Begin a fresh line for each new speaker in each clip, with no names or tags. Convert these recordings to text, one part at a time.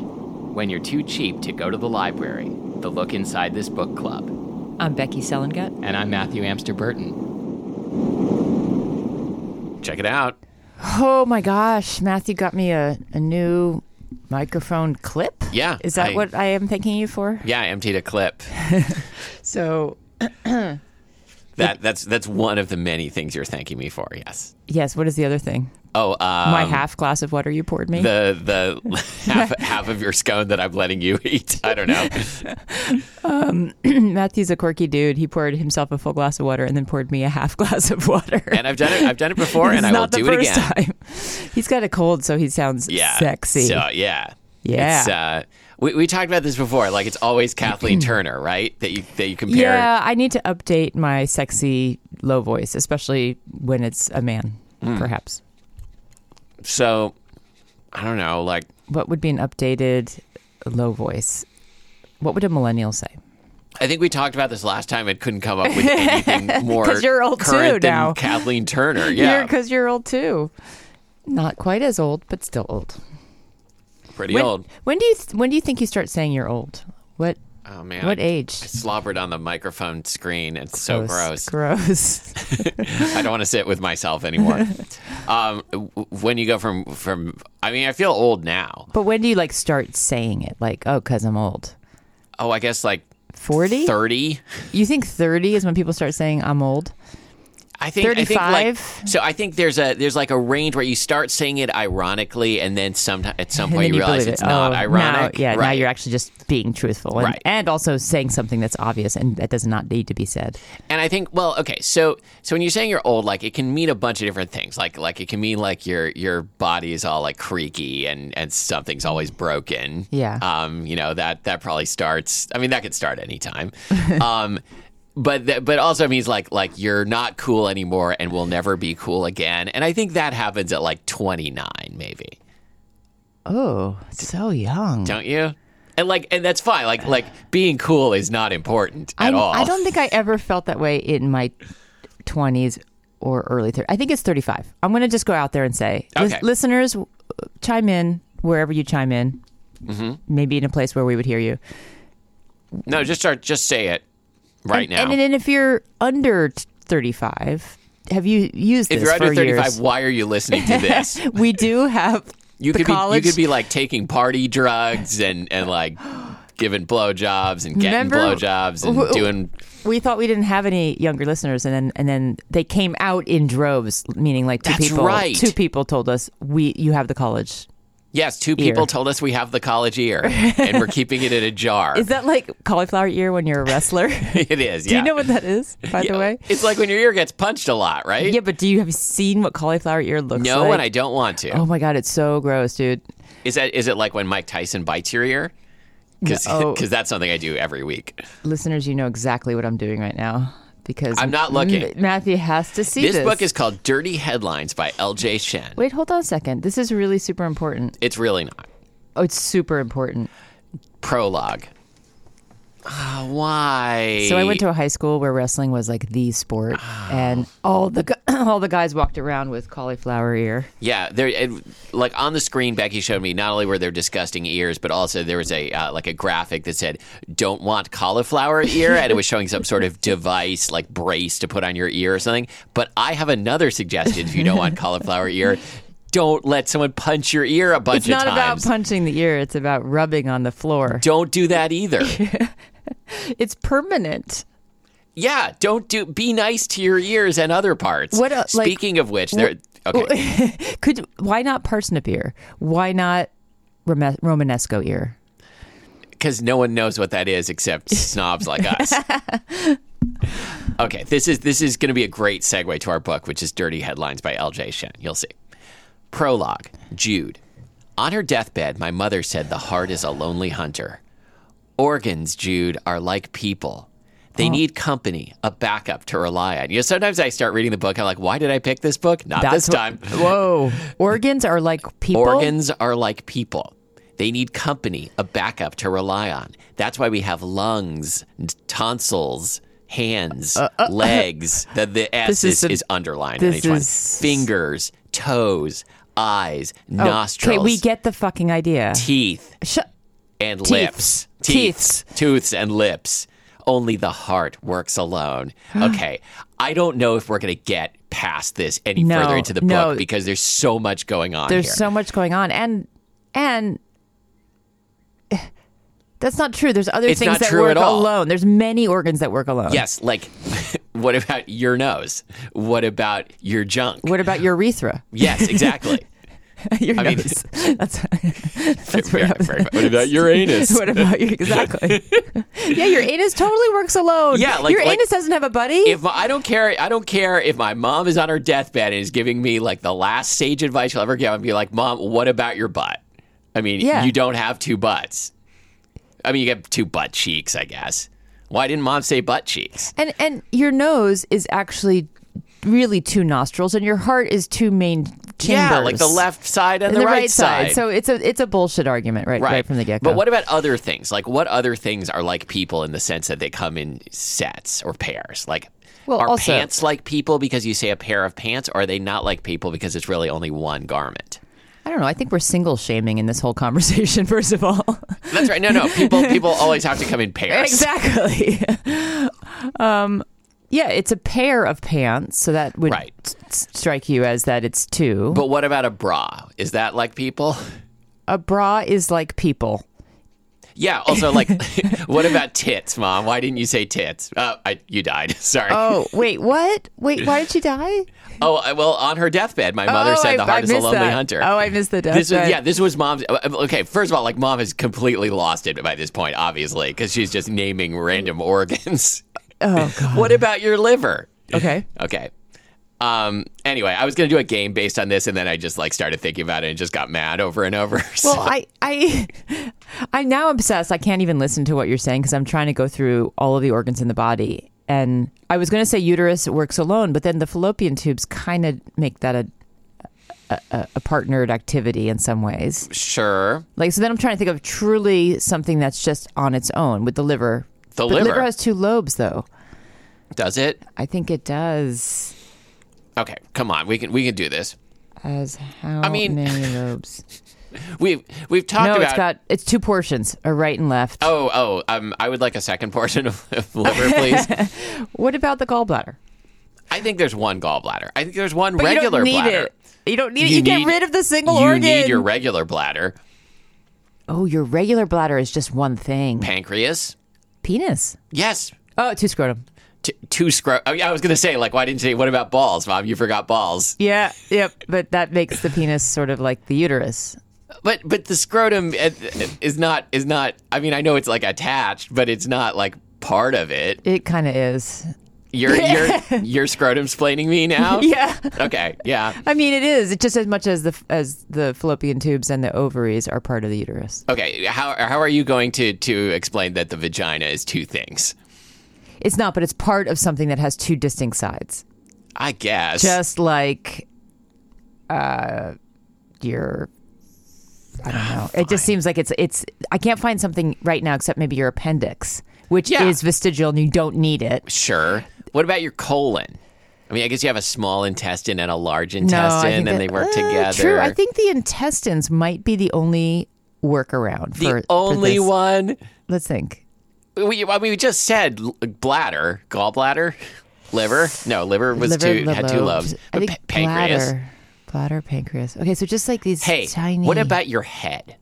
when you're too cheap to go to the library, the look inside this book club.
I'm Becky Selengut.
And I'm Matthew Amster Burton.
Check it out.
Oh my gosh, Matthew got me a, a new microphone clip.
Yeah,
Is that
I-
what I am thanking you for?
Yeah, I emptied a clip.
So,
That that's that's one of the many things you're thanking me for. Yes.
yes, what is the other thing?
Oh, um,
My half glass of water you poured me?
the the half half of your scone that I'm letting you eat. I don't know.
Matthew's a quirky dude. He poured himself a full glass of water and then poured me a half glass of water.
And I've done it. I've done it before, and
It's
I will
not the
do it
first
again.
Time. He's got a cold, so he sounds
Yeah.
sexy.
So yeah.
Yeah.
It's, uh, we we talked about this before. Like it's always Kathleen Turner, right? That you that you compare.
yeah, I need to update my sexy low voice, especially when it's a man,
Hmm.
perhaps.
So I don't know. Like
What would be an updated low voice? What would a millennial say?
I think we talked about this last time. and couldn't come up with anything more
'Cause you're old too
current than
now.
Kathleen Turner. Yeah.
Because you're, old too. Not quite as old, but still old.
pretty
When,
old.
when do you when do you think you start saying you're old? What
Oh man.
what
I-
age?
I slobbered on the microphone screen. It's so Oh, gross.
Oh, Gross.
I don't want to sit with myself anymore. um, w- when you go from from, I mean, I feel old now.
but when do you like start saying it? Like, oh, because I'm old.
Oh, I guess like
40?
thirty.
You think 30 is when people start saying I'm old?
I think I think, like-
35?
so I think there's a there's like a range where you start saying it ironically, and then sometime at some
And
point
then
you, realize
believe it.
it's not
Oh,
ironic.
now- yeah, now
Right.
you're actually just being truthful and,
Right.
and also saying something that's obvious and that does not need to be said.
And I think, well, okay, so so when you're saying you're old, like it can mean a bunch of different things. Like like it can mean like your your body is all like creaky and and something's always broken.
Yeah.
Um, you know that that probably starts. I mean, that could start anytime. um, but that but also means like like you're not cool anymore and will never be cool again. And I think that happens at like 29, maybe.
Oh, so young.
Don't you? And like and that's fine. Like like being cool is not important at
I,
all.
I don't think I ever felt that way in my 20s or early 30s. I think it's 35. I'm going to just go out there and say, lis-
Okay.
listeners, w- chime in wherever you chime in,
Mm-hmm.
maybe in a place where we would hear you.
no, just start. Just say it right now.
And, and then if you're under t- 35, have you used
If
this
you're under
for
35,
years?
why are you listening to this?
We do have
You
the
could
college.
be you could be like taking party drugs and and like giving blowjobs and getting
Remember-
blowjobs and
w-
doing
we thought we didn't have any younger listeners, and then and then they came out in droves, meaning like two
That's
people.
right.
Two people told us we you have the college.
yes. Two people
Ear.
told us we have the college ear and we're keeping it in a jar.
Is that like cauliflower ear when you're a wrestler?
it is.
Do
yeah.
you know what that is, by
Yeah,
the way?
It's like when your ear gets punched a lot, right?
Yeah, but do you have seen what cauliflower ear looks
No,
like?
and I don't want to.
Oh my god, it's so gross, dude.
Is that is it like when Mike Tyson bites your ear? Because
No.
that's something I do every week.
Listeners, you know exactly what I'm doing right now because
I'm not looking.
M- Matthew has to see
This,
this.
book is called Dirty Headlines by L.J. Shen.
Wait, hold on a second. This is really super important.
It's really not.
Oh, it's super important.
prologue. Ah, why?
So I went to a high school where wrestling was like the sport,
Ah.
and all the gu- all the guys walked around with cauliflower ear.
yeah, there. It, like on the screen, Becky showed me not only were there disgusting ears, but also there was a uh, like a graphic that said "Don't want cauliflower ear," and it was showing some sort of device like brace to put on your ear or something. But I have another suggestion if you don't want cauliflower ear. Don't let someone punch your ear a bunch
It's
of
not about
times.
punching the ear; it's about rubbing on the floor.
don't do that either.
It's permanent.
yeah, don't do. Be nice to your ears and other parts.
What, uh, like-
Speaking of which, there. Okay,
Could why not parsnip ear? Why not Rome- Romanesco ear?
because no one knows what that is except snobs like us. okay, this is this is going to be a great segue to our book, which is "Dirty Headlines" by L.J. Shen. You'll see. Prologue: Jude. On her deathbed, my mother said, "The heart is a lonely hunter. Organs, Jude, are like people." They need company, a backup to rely on. You know, sometimes I start reading the book. I'm like, why did I pick this book? Not this
what-
time.
Whoa, organs are like people.
Organs are like people. They need company, a backup to rely on. That's why we have lungs, n- tonsils, hands, legs. The, the S
Uh, This
is,
is
is,
some-
underlined.
this
on each one.
is- Oh,
Fingers, toes, eyes,
Okay,
nostrils,
we get the fucking idea.
teeth,
Shut.
and and
Teeth.
lips. Teeths. Tooths and lips. Only the heart works alone. Okay. I don't know if we're going to get past this any
No,
further into the
no.
book because there's so much going on
There's
here.
so much going on, and and that's not true. There's other
It's
things
not
that
true
work
at all.
alone. There's many organs that work alone.
yes, like what about your nose? What about your junk?
What about your urethra?
Yes, exactly.
your
mean-
nose. that's that's
Yeah,
where I'm-
very- what about your anus?
What about you? Exactly. yeah, your anus totally works alone.
Yeah, like-
your
like-
anus doesn't have a buddy.
if I don't care, I don't care if my mom is on her deathbed and is giving me like the last sage advice she'll ever give. I'd be like, Mom, what about your butt? I mean,
Yeah.
you don't have two butts. I mean, you have two butt cheeks, I guess. Why didn't mom say butt cheeks?
and and your nose is actually really two nostrils, and your heart is two main chambers.
Yeah, like the left side and,
and
the, right, side.
So it's a it's a bullshit argument right right, from the get go.
But what about other things? Like, what other things are like people in the sense that they come in sets or pairs? Like,
Well,
are
also-
pants like people because you say a pair of pants, or are they not like people because it's really only one garment?
I don't know. I think we're single shaming in this whole conversation. First of all,
That's right. No, no. People people always have to come in pairs.
exactly. um, yeah, it's a pair of pants, so that would
Right.
s- s- strike you as that it's two.
But what about a bra? Is that like people?
a bra is like people.
Yeah. Also, like, what about tits, mom? Why didn't you say tits? Uh, I, you died. Sorry. Oh.
Oh wait, what? Wait, why did she die?
I- Oh, well, on her deathbed, my mother
oh,
said
I,
the heart
I
is a
missed
lonely
that.
hunter.
Oh, I missed the death.
This was
bed.
yeah. This was mom's. uh, Okay, first of all, like mom has completely lost it by this point, obviously, because she's just naming random organs.
Mm. Oh, God.
What about your liver?
okay.
Okay. Um. Anyway, I was gonna do a game based on this, and then I just like started thinking about it and just got mad over and over.
Well, I, I, I'm now obsessed. I can't even listen to what you're saying because I'm trying to go through all of the organs in the body. And I was going to say uterus works alone, but then the fallopian tubes kind of make that a, a, a partnered activity in some ways.
sure.
Like so, then I'm trying to think of truly something that's just on its own with the liver.
The
But liver.
liver.
has two lobes, though.
Does it?
I think it does.
Okay, come on. We can we can do this.
As how
mean-
many lobes?
We've we've talked
no,
about
it's got it's two portions, a right and left.
Oh, oh, um, I would like a second portion of, of liver, please.
What about the gallbladder?
I think there's one gallbladder. I think there's one
But
regular
you don't need
bladder.
it. You don't need it.
You
You,
need-
get rid of the single
you
organ.
need your regular bladder,
oh, your regular bladder is just one thing.
pancreas.
Penis.
Yes,
Oh, two scrotum.
T- two scro. Oh, yeah, I was gonna say like, why didn't you say what about balls, Mom? You forgot balls.
Yeah, yep. But that makes the penis sort of like the uterus.
But but the scrotum uh, is not is not. I mean, I know it's like attached, but it's not like part of it.
It kind of is.
You're you're you're scrotum splaining me now.
Yeah.
Okay. Yeah.
I mean, it is. It just as much as the as the fallopian tubes and the ovaries are part of the uterus.
Okay, how, how are you going to, to explain that the vagina is two things?
It's not, but it's part of something that has two distinct sides.
I guess.
Just like, uh, your. I don't know. It just seems like it's it's. I can't find something right now except maybe your appendix, which
Yeah.
is vestigial and you don't need it.
sure. What about your colon? I mean, I guess you have a small intestine and a large intestine, and
that-
they work
uh,
together.
True. I think the intestines might be the only workaround
the
for for
only
this.
one.
Let's think.
We, I mean, we just said l- bladder, gallbladder, liver. No, liver was
Liver,
two had two
lobes.
lobes. But
I think
pa- pancreas.
Bladder, bladder, pancreas. Okay, so just like these
Hey,
tiny.
what about your head?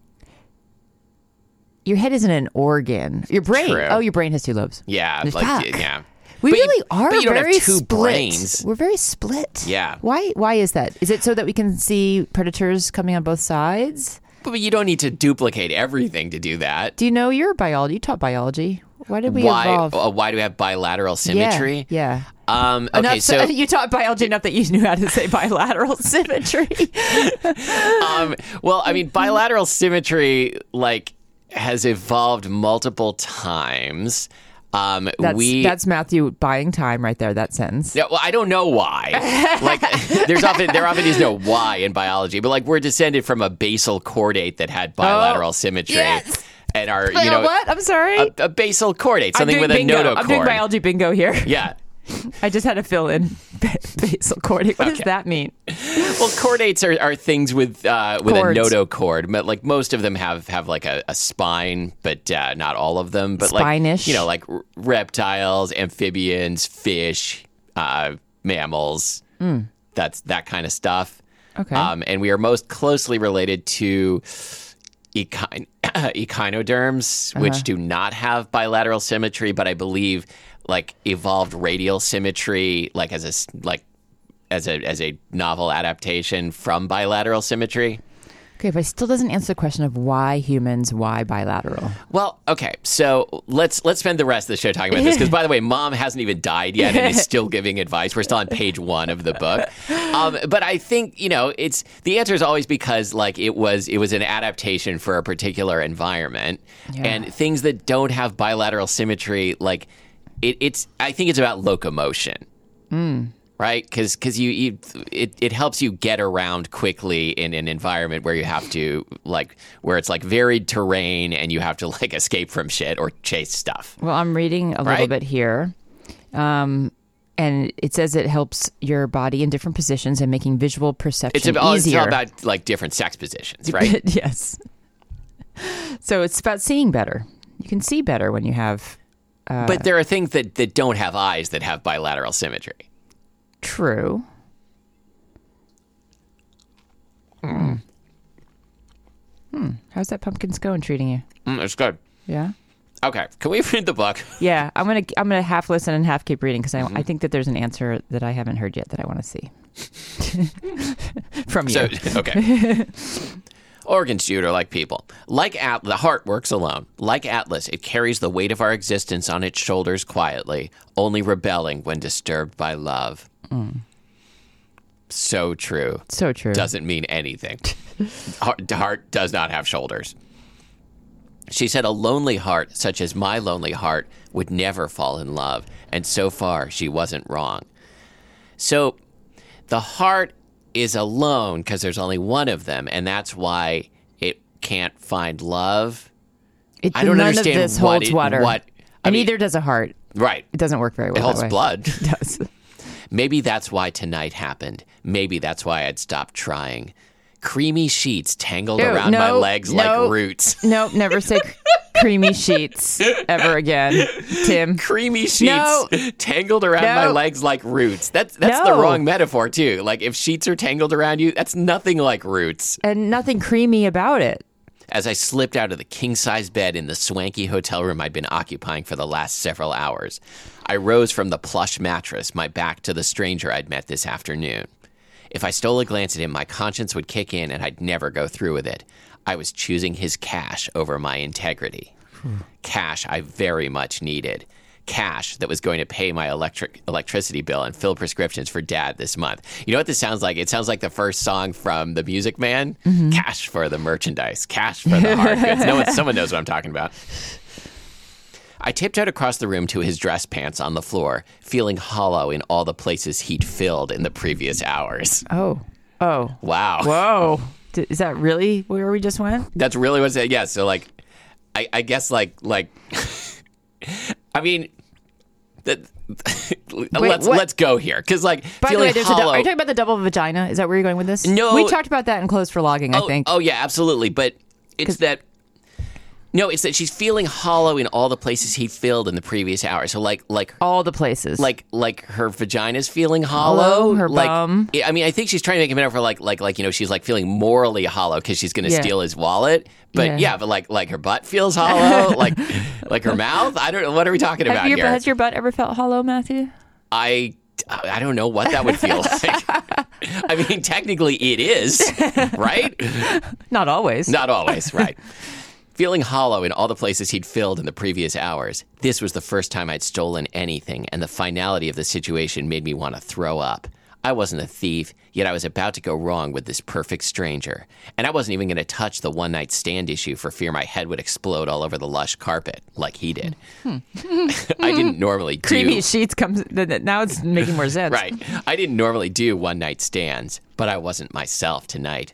your head? Isn't an organ. Your brain.
True.
Oh, your brain has two lobes.
Yeah,
Fuck.
like yeah.
We
But you-
really are
but you don't have
very
two
split.
brains.
We're very split.
Yeah.
Why? Why is that? Is it so that we can see predators coming on both sides?
But you don't need to duplicate everything to do that.
Do you know you're a biology? You taught biology. Why did we
why
evolve?
uh, why do we have bilateral
Yeah,
symmetry?
Yeah.
Um, okay,
Enough-
so
you taught biology enough that you knew how to say bilateral symmetry.
um, well, I mean, bilateral symmetry like has evolved multiple times. Um,
That's,
we
that's Matthew buying time right there. That sentence.
Yeah, well, I don't know why. Like, there's often there often is no why in biology, but like we're descended from a basal chordate that had bilateral symmetry,
Oh, yes.
and our
Oh,
you know
what? I'm sorry.
a basal chordate,
I'm
something
doing
with a
bingo.
notochord.
I'm doing biology bingo here.
Yeah.
I just had to fill in ba- basal cordate. What does
Okay.
that mean?
Well, chordates are, are things with uh, with
Cords.
a notochord, but like most of them have have like a, a spine, but uh, not all of them. But like
Spinish.
you know, like r- reptiles, amphibians, fish, uh, mammals.
Hmm.
That's that kind of stuff.
Okay.
Um, and we are most closely related to echin- echinoderms, which do not have bilateral symmetry, but I believe like evolved radial symmetry, like as a s- like as a as a novel adaptation from bilateral symmetry.
Okay, but it still doesn't answer the question of why humans, why bilateral.
Well, okay, so let's let's spend the rest of the show talking about this because, by the way, mom hasn't even died yet and is still giving advice. We're still on page one of the book, um, but I think you know it's the answer is always because like it was it was an adaptation for a particular environment and things that don't have bilateral symmetry. Like it, it's I think it's about locomotion. right? Because you, you it, it helps you get around quickly in an environment where you have to like where it's like varied terrain and you have to like escape from shit or chase stuff.
Well, I'm reading a little
Right.
bit here. Um, and it says it helps your body in different positions and making visual perception
It's about, it's
easier.
all about like different sex positions, right?
yes. So it's about seeing better. You can see better when you have
but there are things that that don't have eyes that have bilateral symmetry.
true. Mm. Hmm. How's that pumpkin scone treating you?
Mm, it's good.
Yeah.
Okay, can we read the book?
Yeah, I'm gonna I'm gonna half listen and half keep reading because I,
Mm-hmm.
I think that there's an answer that I haven't heard yet that I want to see from you.
So okay. Organs, Jude, are like people. Like at the heart works alone. Like Atlas, it carries the weight of our existence on its shoulders quietly, only rebelling when disturbed by love. So true.
so true.
Doesn't mean anything. heart, heart does not have shoulders. She said a lonely heart, such as my lonely heart, would never fall in love. And so far, she wasn't wrong. So the heart is alone because there's only one of them, and that's why it can't find love.
It,
I don't
none
understand
of this
what
holds
it-
water.
what- I
and
mean-
neither does a heart.
Right.
It doesn't work very well.
It holds
that way.
blood.
It does.
Maybe that's why tonight happened. Maybe that's why I'd stopped trying. Creamy sheets tangled
Ew,
around my
no,
legs
no.
like roots.
Nope. Never say creamy sheets ever again, Tim.
creamy sheets
No.
tangled around my
No.
legs like roots. That's that's the
No.
wrong metaphor too. Like if sheets are tangled around you, that's nothing like roots.
And nothing creamy about it.
As I slipped out of the king-size bed in the swanky hotel room I'd been occupying for the last several hours, I rose from the plush mattress, my back to the stranger I'd met this afternoon. If I stole a glance at him, my conscience would kick in and I'd never go through with it. I was choosing his cash over my integrity. Cash I very much needed. Cash that was going to pay my electric electricity bill and fill prescriptions for dad this month. You know what this sounds like? It sounds like the first song from The Music Man. Cash for the merchandise. Cash for the hard goods. No one, someone knows what I'm talking about. I tiptoed across the room to his dress pants on the floor, feeling hollow in all the places he'd filled in the previous hours.
Oh. Oh.
Wow.
Whoa. D- Is that really where we just went?
That's really what it. Yeah. So like, I, I guess like like, I mean, that, let's
what-
let's go here because like
By the
feeling
way, there's a.
hollow.
dou- Are you talking about the double vagina? Is that where you're going with this?
No.
we talked about that in close for logging. I
oh,
think.
oh yeah, absolutely. But it's that. No, it's that she's feeling hollow in all the places he filled in the previous hour. So like like
all the places.
like like her vagina's feeling hollow.
Hollow, Oh, her
like,
bum.
I I mean, I think she's trying to make a metaphor like like like you know she's like feeling morally hollow because she's going to
Yeah.
steal his wallet. But
Yeah.
yeah. but like like her butt feels hollow, like like her mouth. I don't know what are we talking about
Have your,
here.
has your butt ever felt hollow, Matthew?
I I don't know what that would feel like. I mean, technically it is, right?
Not always.
Not always, right. Feeling hollow in all the places he'd filled in the previous hours, this was the first time I'd stolen anything, and the finality of the situation made me want to throw up. I wasn't a thief, yet I was about to go wrong with this perfect stranger. And I wasn't even going to touch the one night stand issue for fear my head would explode all over the lush carpet, like he did. I didn't normally do
Creamy sheets comes. th- th- Now it's making more sense.
Right. I didn't normally do one night stands, but I wasn't myself tonight.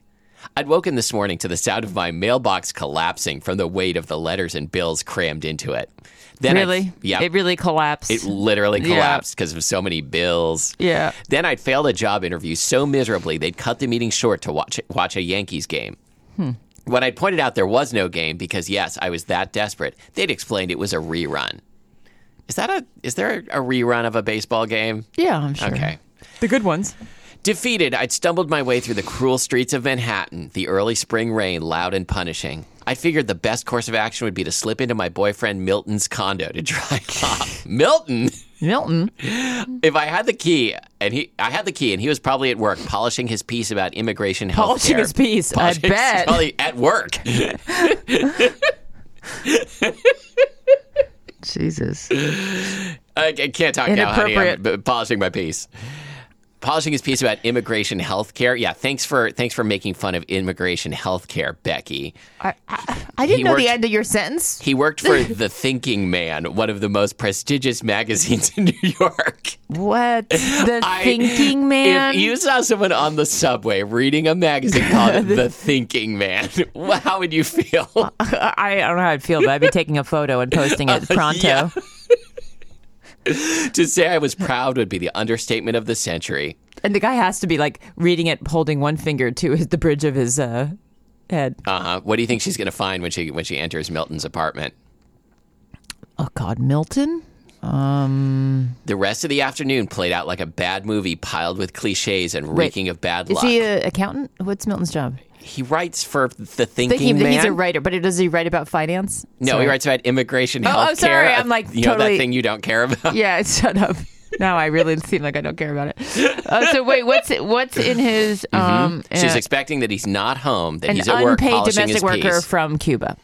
I'd woken this morning to the sound of my mailbox collapsing from the weight of the letters and bills crammed into it. Then I-
Really?
yeah.
It really collapsed.
It literally
Yeah.
collapsed because of so many bills.
Yeah.
Then I'd failed a job interview so miserably they'd cut the meeting short to watch watch a Yankees game.
Hmm.
When I'd pointed out there was no game because yes, I was that desperate, they'd explained it was a rerun. Is that a is there a rerun of a baseball game?
yeah, I'm sure.
Okay.
The good ones.
Defeated, I'd stumbled my way through the cruel streets of Manhattan, the early spring rain loud and punishing. I figured the best course of action would be to slip into my boyfriend Milton's condo to dry off. Milton?
Milton.
If I had the key and he I had the key and he was probably at work polishing his piece about immigration health.
Polishing his piece, I bet.
Probably at work.
Jesus.
I, I can't talk now, honey. I'm
Inappropriate.
b- polishing my piece. Polishing his piece about immigration health care. Yeah, thanks for thanks for making fun of immigration health care, Becky.
I, I, I didn't
He
know
worked-
the end of your sentence.
He worked for The Thinking Man, one of the most prestigious magazines in New York.
What? The
I-
thinking man.
If you saw someone on the subway reading a magazine called The Thinking Man, how would you feel?
I, I don't know how I'd feel, but I'd be taking a photo and posting it pronto.
yeah. to say I was proud would be the understatement of the century.
And the guy has to be like reading it, holding one finger to his, the bridge of his uh, head.
Uh-huh. What do you think she's going to find when she when she enters Milton's apartment?
Oh God, Milton.
The rest of the afternoon played out like a bad movie piled with cliches and reeking of bad
Is
luck.
he an accountant? What's Milton's job?
He writes for The Thinking,
Thinking that
Man.
he's a writer, but does he write about finance?
no,
Sorry.
he writes about immigration
Oh,
health
I'm sorry, I'm, like,
you know that
totally-
thing you don't care about.
Yeah, shut up. Now I really seem like I don't care about it. Uh, so wait, what's what's in his? Um,
Mm-hmm. She's
uh,
expecting that he's not home, that
an
he's at work
unpaid
polishing
domestic
his
worker
piece.
from Cuba.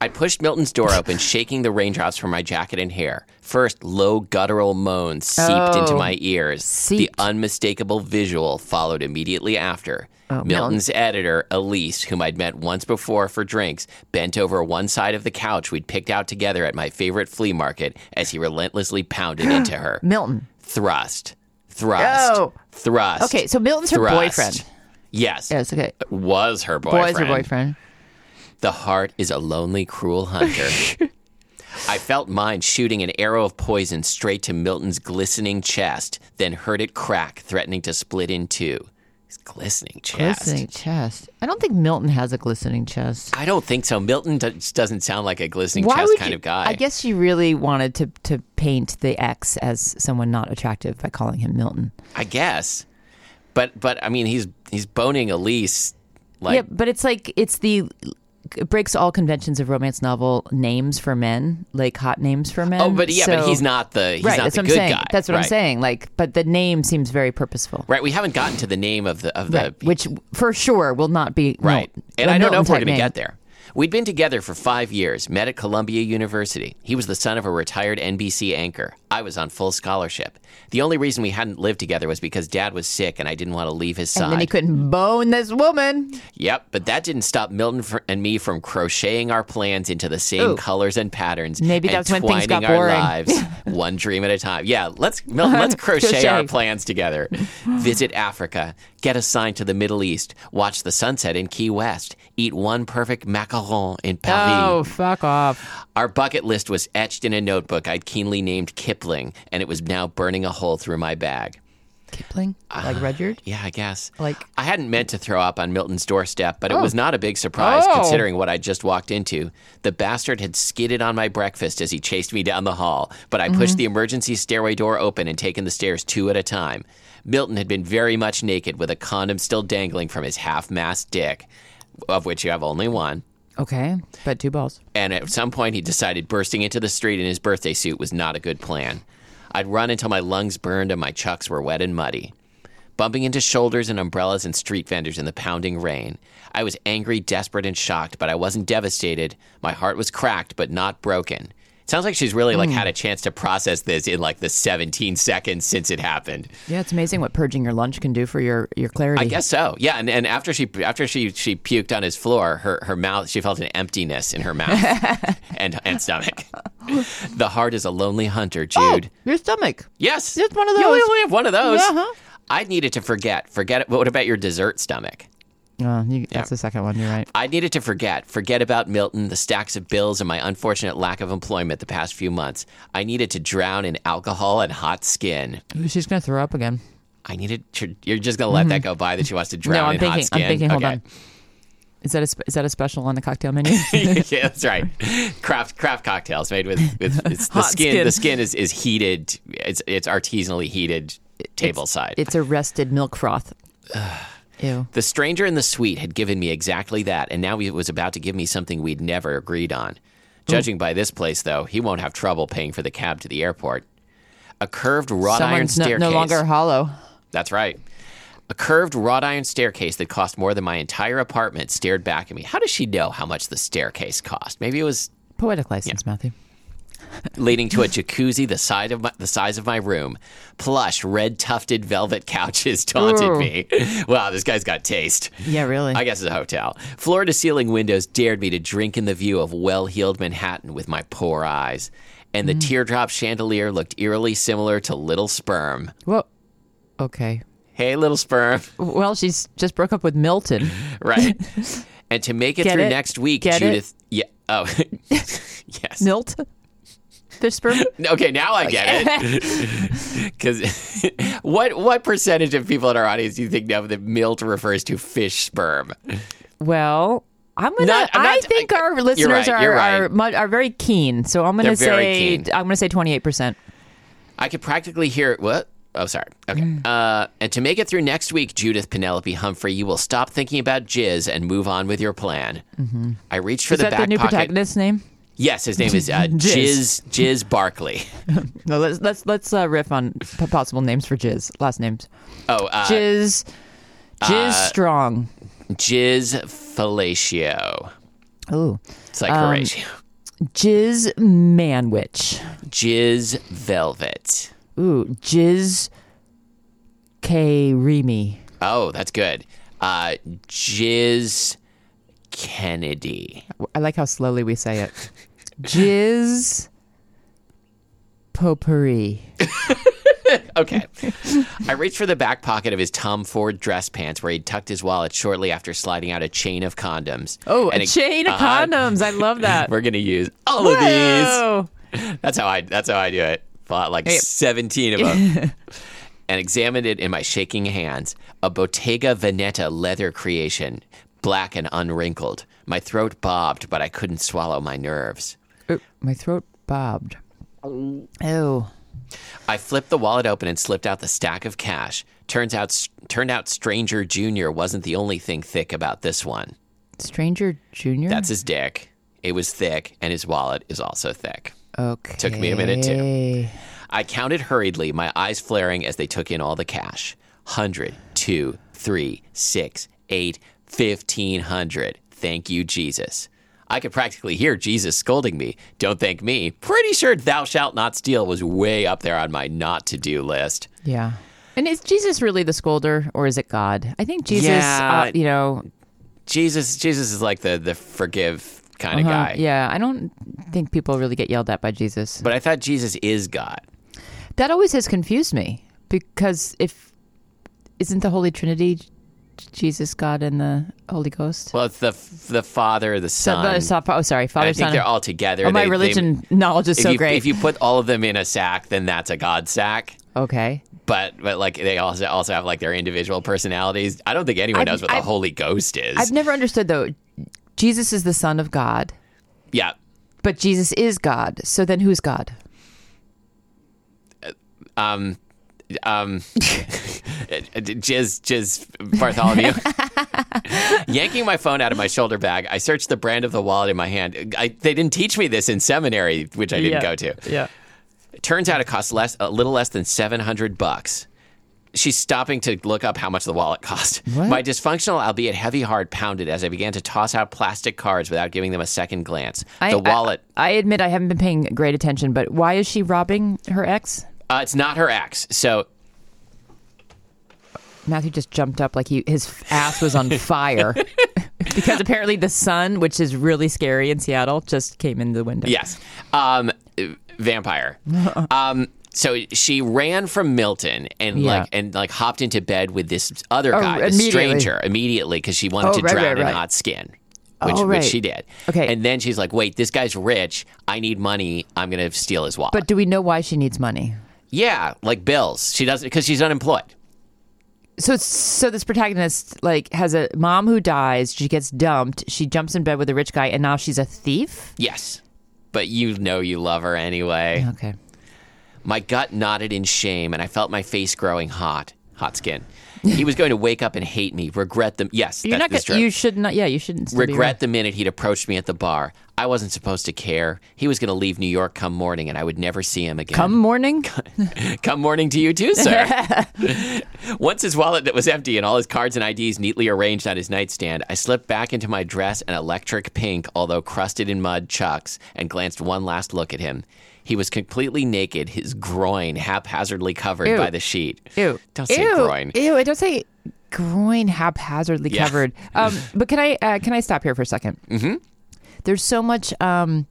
I pushed Milton's door open, shaking the raindrops from my jacket and hair. First, low guttural moans seeped
Oh.
into my ears.
Seeped.
The unmistakable visual followed immediately after.
Oh,
Milton's editor, Elise, whom I'd met once before for drinks, bent over one side of the couch we'd picked out together at my favorite flea market as he relentlessly pounded into her.
Milton.
Thrust, thrust,
Oh.
thrust.
Okay, so Milton's her
thrust.
boyfriend.
Yes.
Yes. Okay.
Was her boyfriend.
Boy's her boyfriend.
The heart is a lonely, cruel hunter. I felt mine shooting an arrow of poison straight to Milton's glistening chest, then heard it crack, threatening to split in two. His glistening chest.
Glistening chest. I don't think Milton has a glistening chest.
I don't think so. Milton do- just doesn't sound like a glistening
Why
chest
would
kind
you-
of guy.
I guess she really wanted to to paint the ex as someone not attractive by calling him Milton.
I guess. But but I mean, he's he's boning Elise. Like
yeah, but it's like it's the it breaks all conventions of romance novel names for men, like hot names for men.
oh, but yeah, but
So-
he's not the he's
right.
not
that's
the
what
good
I'm saying.
guy.
That's what I'm
Right.
saying. Like, but the name seems very purposeful.
Right, we haven't gotten to the name of the of the
Right, which for sure will not be Mil-
Right. And
a
I don't know if we're
Milton-type
going to
name.
get there. We'd been together for five years, met at Columbia University. He was the son of a retired NBC anchor. I was on full scholarship. The only reason we hadn't lived together was because dad was sick and I didn't want to leave his
And then he
side.
couldn't bone this woman.
yep, but that didn't stop Milton fr- and me from crocheting our plans into the same
Ooh.
colors and patterns.
Maybe
and
that's when things
twining
got
our
boring.
lives one dream at a time. Yeah, let's Milton, let's crochet, our
Crochet.
plans together. Visit Africa, get assigned to the Middle East, watch the sunset in Key West, eat one perfect macaron in Paris.
Oh, fuck off!
Our bucket list was etched in a notebook I'd keenly named Kipling, and it was now burning a hole through my bag.
Kipling,
Ah.
like Rudyard.
Yeah, I guess.
Like-
I hadn't meant to throw up on Milton's doorstep, but it was not a big surprise
Oh.
considering what I just walked into. The bastard had skidded on my breakfast as he chased me down the hall, but I
Mm-hmm.
pushed the emergency stairway door open and taken the stairs two at a time. Milton had been very much naked with a condom still dangling from his half-mast dick, of which you have only one.
Okay, but two balls.
And at some point, he decided bursting into the street in his birthday suit was not a good plan. I'd run until my lungs burned and my chucks were wet and muddy. Bumping into shoulders and umbrellas and street vendors in the pounding rain. I was angry, desperate, and shocked, but I wasn't devastated. My heart was cracked, but not broken. It sounds like she's really like had a chance to process this in like the 17 seconds since it happened.
Yeah, it's amazing what purging your lunch can do for your your clarity.
I guess so. Yeah, and, and after she after she she puked on his floor, her her mouth she felt an emptiness in her mouth and and stomach. The heart is a lonely hunter, Jude.
your stomach.
yes,
Just Oh! one of
You
those.
only have one of those.
Uh-huh.
I needed to forget. Forget it. What about your dessert stomach?
Oh, you, That's the second one. You're right.
I needed to forget, forget about Milton, the stacks of bills, and my unfortunate lack of employment the past few months. I needed to drown in alcohol and hot skin.
Ooh, she's gonna throw up again.
I needed to. You're just gonna let that go by that she wants to drown
Mm-hmm. No, I'm
in
thinking.
hot
I'm
skin.
thinking. Hold
okay.
on. Is that a sp- is that a special on the cocktail menu?
yeah, that's right. Craft craft cocktails made with with it's the
Hot
skin,
skin.
The skin is is heated. It's it's artisanally heated table side.
it's a rested milk froth. Ew.
The stranger in the suite had given me exactly that, and now he was about to give me something we'd never agreed on. Judging by this place, though, he won't have trouble paying for the cab to the airport. A curved wrought iron
Someone's no,
staircase.
no longer hollow.
That's right. A curved wrought iron staircase that cost more than my entire apartment stared back at me. How does she know how much the staircase cost? Maybe it was
Poetic license, Matthew.
leading to a jacuzzi the side of my, the size of my room. Plush red tufted velvet couches taunted
Ooh.
me. Wow, this guy's got taste.
Yeah, really.
I guess it's a hotel. Floor to ceiling windows dared me to drink in the view of well heeled Manhattan with my poor eyes. And
Mm.
the teardrop chandelier looked eerily similar to Little Sperm.
Well, okay.
Hey, Little Sperm.
Well, she's just broke up with Milton.
Right. and to make it
Get
through
it?
next week,
Get it?
Judith. Yeah. Oh, yes.
Milt? Fish sperm?
Okay, now I get it. Because what what percentage of people in our audience do you think know that Milt refers to fish sperm?
Well, I'm gonna.
Not- I'm
I
not-
think our
right,
listeners
you're
are
right.
are, mu are very keen. So I'm gonna
They're very
say
keen.
I'm gonna say 28. percent
I could practically hear what. Oh, sorry. Okay.
Mm.
Uh, and to make it through next week, Judith Penelope Humphrey, you will stop thinking about jizz and move on with your plan. I reached for
Mm-hmm.
the
Is that
back
the new
pocket.
protagonist's name?
Yes, his name is uh, Jizz
Jizz.
Jizz Barkley.
No, let's let's let's uh, riff on p- possible names for Jizz last names.
Oh, uh,
Jizz, Jizz Strong.
Jizz Fellatio.
Ooh,
It's like
Um,
Horatio.
Jizz Manwich.
Jizz Velvet.
Ooh, Jizz K Remy.
Oh, that's good. Uh, Jizz Kennedy.
I like how slowly we say it. Jizz Potpourri.
Okay. I reached for the back pocket of his Tom Ford dress pants where he'd tucked his wallet shortly after sliding out a chain of condoms.
Oh,
And
a
it-
chain of
uh-huh.
condoms. I love that.
We're going to use all of these.
Whoa.
That's how I that's how I do it. Bought like 17 of them. and examined it in my shaking hands, a Bottega Veneta leather creation, black and unwrinkled. My throat bobbed, but I couldn't swallow my nerves.
Ooh, my throat bobbed. Oh.
I flipped the wallet open and slipped out the stack of cash. Turns out, turned out, Stranger Junior wasn't the only thing thick about this one.
Stranger Junior?
That's his dick. It was thick, and his wallet is also thick.
okay.
took me a minute, too. I counted hurriedly, my eyes flaring as they took in all the cash. Hundred, two, three, six, eight, fifteen hundred. Thank you, Jesus. I could practically hear Jesus scolding me. Don't thank me. Pretty sure thou shalt not steal was way up there on my not to do list.
Yeah. And is Jesus really the scolder or is it God? I think Jesus,
Yeah.
uh, you know,
Jesus Jesus is like the the forgive kind of
uh,
guy.
yeah, I don't think people really get yelled at by Jesus.
But I thought Jesus is God.
That always has confused me because if isn't the Holy Trinity J- Jesus, God, and the Holy Ghost?
Well, it's the the Father, the
So-
Son.
uh, so- oh, sorry,
I
Father,
think
Son. and-
they're all together.
oh, my
They- they-
religion knowledge is
if
so
you,
great.
If you put all of them in a sack, then that's a God sack.
okay,
But but like they also also have like their individual personalities. I don't think anyone
I've-
knows what
I've-
the Holy Ghost is.
I've never understood though. Jesus is the Son of God,
yeah.
but Jesus is God. So then, who's God?
Um, jizz, jizz, Bartholomew. Yanking my phone out of my shoulder bag, I searched the brand of the wallet in my hand. I, they didn't teach me this in seminary, which I didn't go to.
Yeah.
Turns out it costs less, a little less than seven hundred bucks. She's stopping to look up how much the wallet cost.
What?
My dysfunctional, albeit heavy heart, pounded as I began to toss out plastic cards without giving them a second glance. the wallet.
I, admit I haven't been paying great attention, but why is she robbing her ex?
uh, it's not her ex. So
Matthew just jumped up like he his ass was on fire. Because apparently the sun, which is really scary in Seattle, just came in the window.
yes, um, vampire. um, So she ran from Milton and
Yeah.
like and like hopped into bed with this other
Oh,
guy, this
immediately.
stranger, immediately because she wanted
Oh,
to
right,
drown
right,
in
right.
hot skin, which,
Oh,
which
right.
she did.
Okay.
and then she's like, "Wait, this guy's rich. I need money. I'm gonna steal his wallet."
But do we know why she needs money?
yeah, like bills. She doesn't because she's unemployed.
So, so this protagonist like has a mom who dies. She gets dumped. She jumps in bed with a rich guy, and now she's a thief.
Yes, but you know you love her anyway.
Okay.
My gut knotted in shame, and I felt my face growing hot, hot skin. He was going to wake up and hate me, regret them. Yes,
You're
that
not.
is
Gonna,
true.
you should not. Yeah, you shouldn't. still be
regret the minute he'd approached me at the bar. I wasn't supposed to care. He was going to leave New York come morning, and I would never see him again.
Come morning.
Come morning to you too, sir. Once his wallet that was empty and all his cards and IDs neatly arranged on his nightstand, I slipped back into my dress and electric pink, although crusted in mud, chucks, and glanced one last look at him. He was completely naked, his groin haphazardly covered
Ew.
by the sheet.
Ew.
Don't say
Ew.
groin.
Ew. I don't say groin haphazardly
Yeah.
covered. Um, but can I uh, can I stop here for a 2nd Mm-hmm. There's so much um,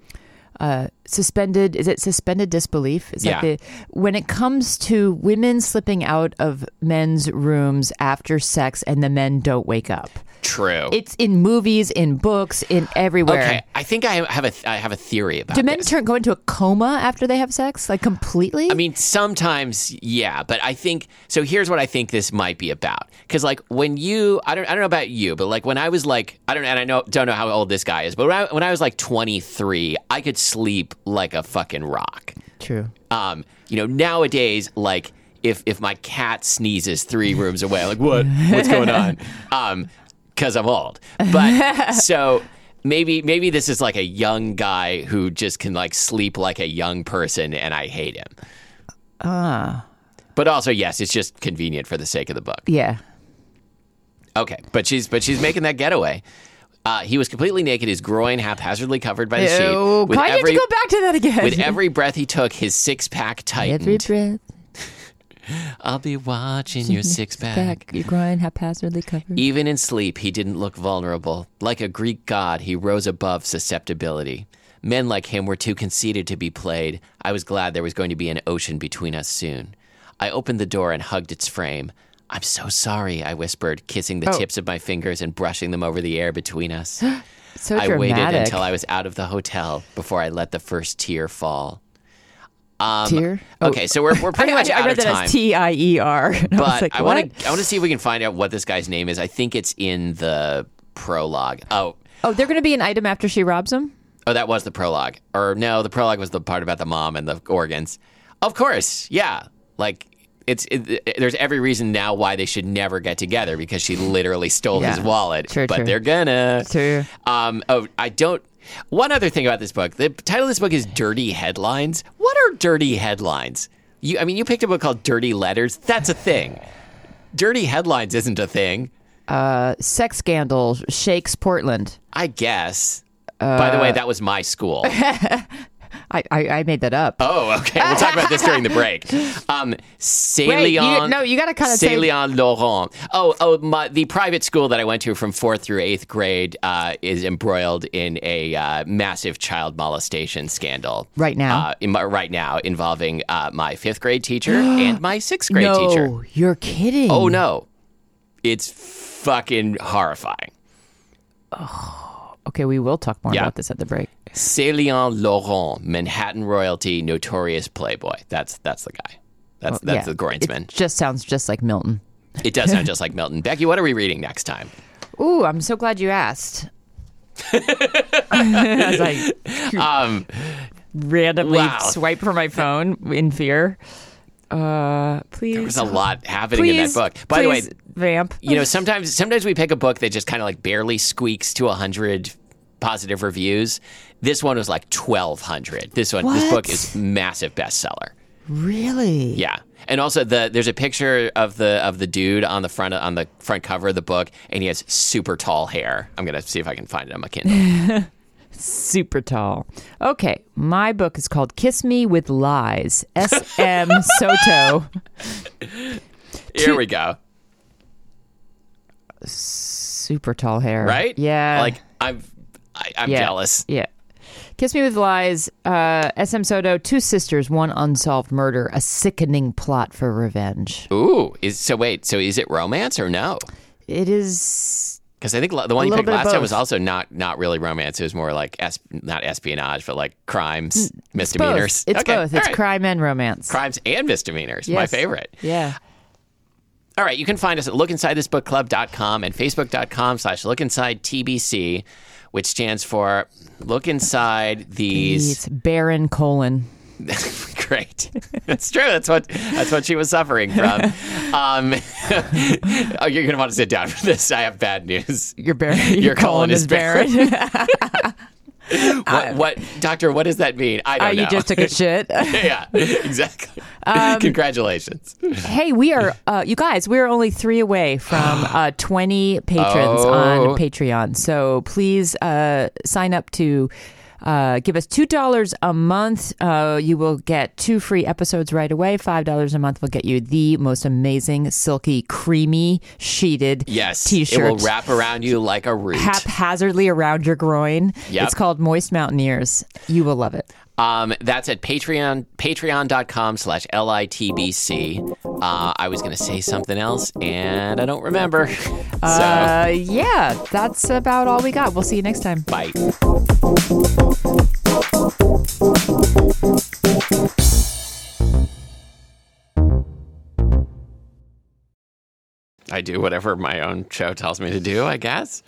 uh, suspended. Is it suspended disbelief? Is
Yeah.
the when it comes to women slipping out of men's rooms after sex and the men don't wake up.
True.
It's in movies, in books, in everywhere.
okay, I think I have a I have a theory about
Do men
this.
turn go into a coma after they have sex, like completely?
I mean, sometimes, yeah, but I think so. Here's what I think this might be about, because like when you, I don't, I don't know about you, but like when I was like, I don't, and I know, don't know how old this guy is, but when I, when I was like 23, I could sleep like a fucking rock.
true.
Um, you know, nowadays, like if if my cat sneezes three rooms away, like what, what's going on? Um, because I'm old, but so. Maybe maybe this is like a young guy who just can like sleep like a young person, and I hate him.
Ah.
But also, yes, it's just convenient for the sake of the book.
Yeah.
Okay, but she's but she's making that getaway. Uh, he was completely naked, his groin haphazardly covered by the
Ew.
sheet. With
Why do you have
every,
to go back to that again?
with every breath he took, his six pack tightened.
Every breath
I'll be watching your six pack.
back, your groin haphazardly covered.
Even in sleep, he didn't look vulnerable. Like a Greek god, he rose above susceptibility. Men like him were too conceited to be played. I was glad there was going to be an ocean between us soon. I opened the door and hugged its frame. I'm so sorry, I whispered, kissing
Oh.
the tips of my fingers and brushing them over the air between us.
So
I
dramatic.
waited until I was out of the hotel before I let the first tear fall. Um,
tear.
Okay, so we're, we're pretty
I,
much
I
out
read
of
that
time.
as T I E R. But I, was
but
like,
I want
what?
to I want to see if we can find out what this guy's name is. I think it's in the prologue. Oh,
Oh, they're going to be an item after she robs him.
oh, that was the prologue. Or no, the prologue was the part about the mom and the organs. Of course, yeah. Like it's it, it- there's every reason now why they should never get together because she literally stole his
Yeah.
wallet.
True,
but
true.
they're gonna.
True.
Um. Oh, I don't. One other thing about this book. The title of this book is "Dirty Headlines." What are dirty headlines? You. I mean, you picked a book called "Dirty Letters." That's a thing. Dirty headlines isn't a thing.
Sex scandal shakes Portland.
I guess. By the
Uh,
way, that was my school.
I I, I made that up.
Oh, okay. We'll talk about this during the break. Um,
Wait, you-
Célian.
no, you gotta kinda say-
Célian Laurent. Oh, oh, my, the private school that I went to from fourth through eighth grade uh, is embroiled in a uh, massive child molestation scandal
Right now?
Uh, in my- right now, involving uh, my fifth grade teacher and my sixth grade
no,
teacher.
you're kidding.
Oh no, it's fucking horrifying.
Okay, we will talk more
Yeah.
about this at the break.
Célian Laurent, Manhattan royalty, notorious playboy. That's that's the guy. That's that's
Oh, Yeah.
the groinsman.
It just sounds just like Milton.
It does sound just like Milton. Becky, what are we reading next time?
Ooh, I'm so glad you asked. As I
Um,
randomly
Wow.
swipe for my phone in fear. Uh, please.
there's a lot happening
please,
in that book. By
please,
the way,
vamp.
you know, sometimes sometimes we pick a book that just kind of like barely squeaks to 100 positive reviews. This one was like 1200. This one this book
What?
is massive bestseller.
Really?
Yeah. And also the there's a picture of the of the dude on the front on the front cover of the book and he has super tall hair. I'm going to see if I can find it on my Kindle.
Super tall. Okay, my book is called Kiss Me with Lies. S.M. Soto.
Here we go.
Super tall hair.
Right?
Yeah.
Like I'm I, I'm
yeah.
jealous.
Yeah. Kiss Me With Lies, uh, SM Soto, Two Sisters, One Unsolved Murder, a sickening plot for revenge.
Ooh, is so wait, so is it romance or no?
It is
Because I think lo- the one you
little
picked
bit of
last time
both.
was also not not really romance. It was more like es- not espionage, but like crimes, misdemeanors.
both. It's
Okay,
both.
all
It's
right.
crime and romance.
crimes and misdemeanors. My
Yes.
favorite.
Yeah.
All right, you can find us at lookinsidethisbookclub.com and facebook.com slash lookinsidetbc, which stands for Look Inside These.
It's Baron Colon.
Great. That's true. That's what that's what she was suffering from. Um, oh, you're going to want to sit down for this. I have bad news.
Your Baron. Your,
colon is barren.
barren.
What, what doctor, what does that mean? I don't
Uh,
know.
you just took a shit.
yeah, exactly. Congratulations.
hey, we are, uh, you guys, we are only three away from uh, 20 patrons
Oh.
on Patreon. So please uh, sign up to. Uh, give us two dollars a month. Uh, you will get two free episodes right away. Five dollars a month will get you the most amazing, silky, creamy, sheeted
Yes.
t-shirt.
It will wrap around you like a root.
haphazardly around your groin.
Yep.
It's called Moist Mountaineers. You will love it.
Um, that's at Patreon patreon.com slash LITBC. Uh, I was going to say something else and I don't remember. so,
Uh, yeah, that's about all we got. We'll see you next time.
bye. I do whatever my own show tells me to do, I guess.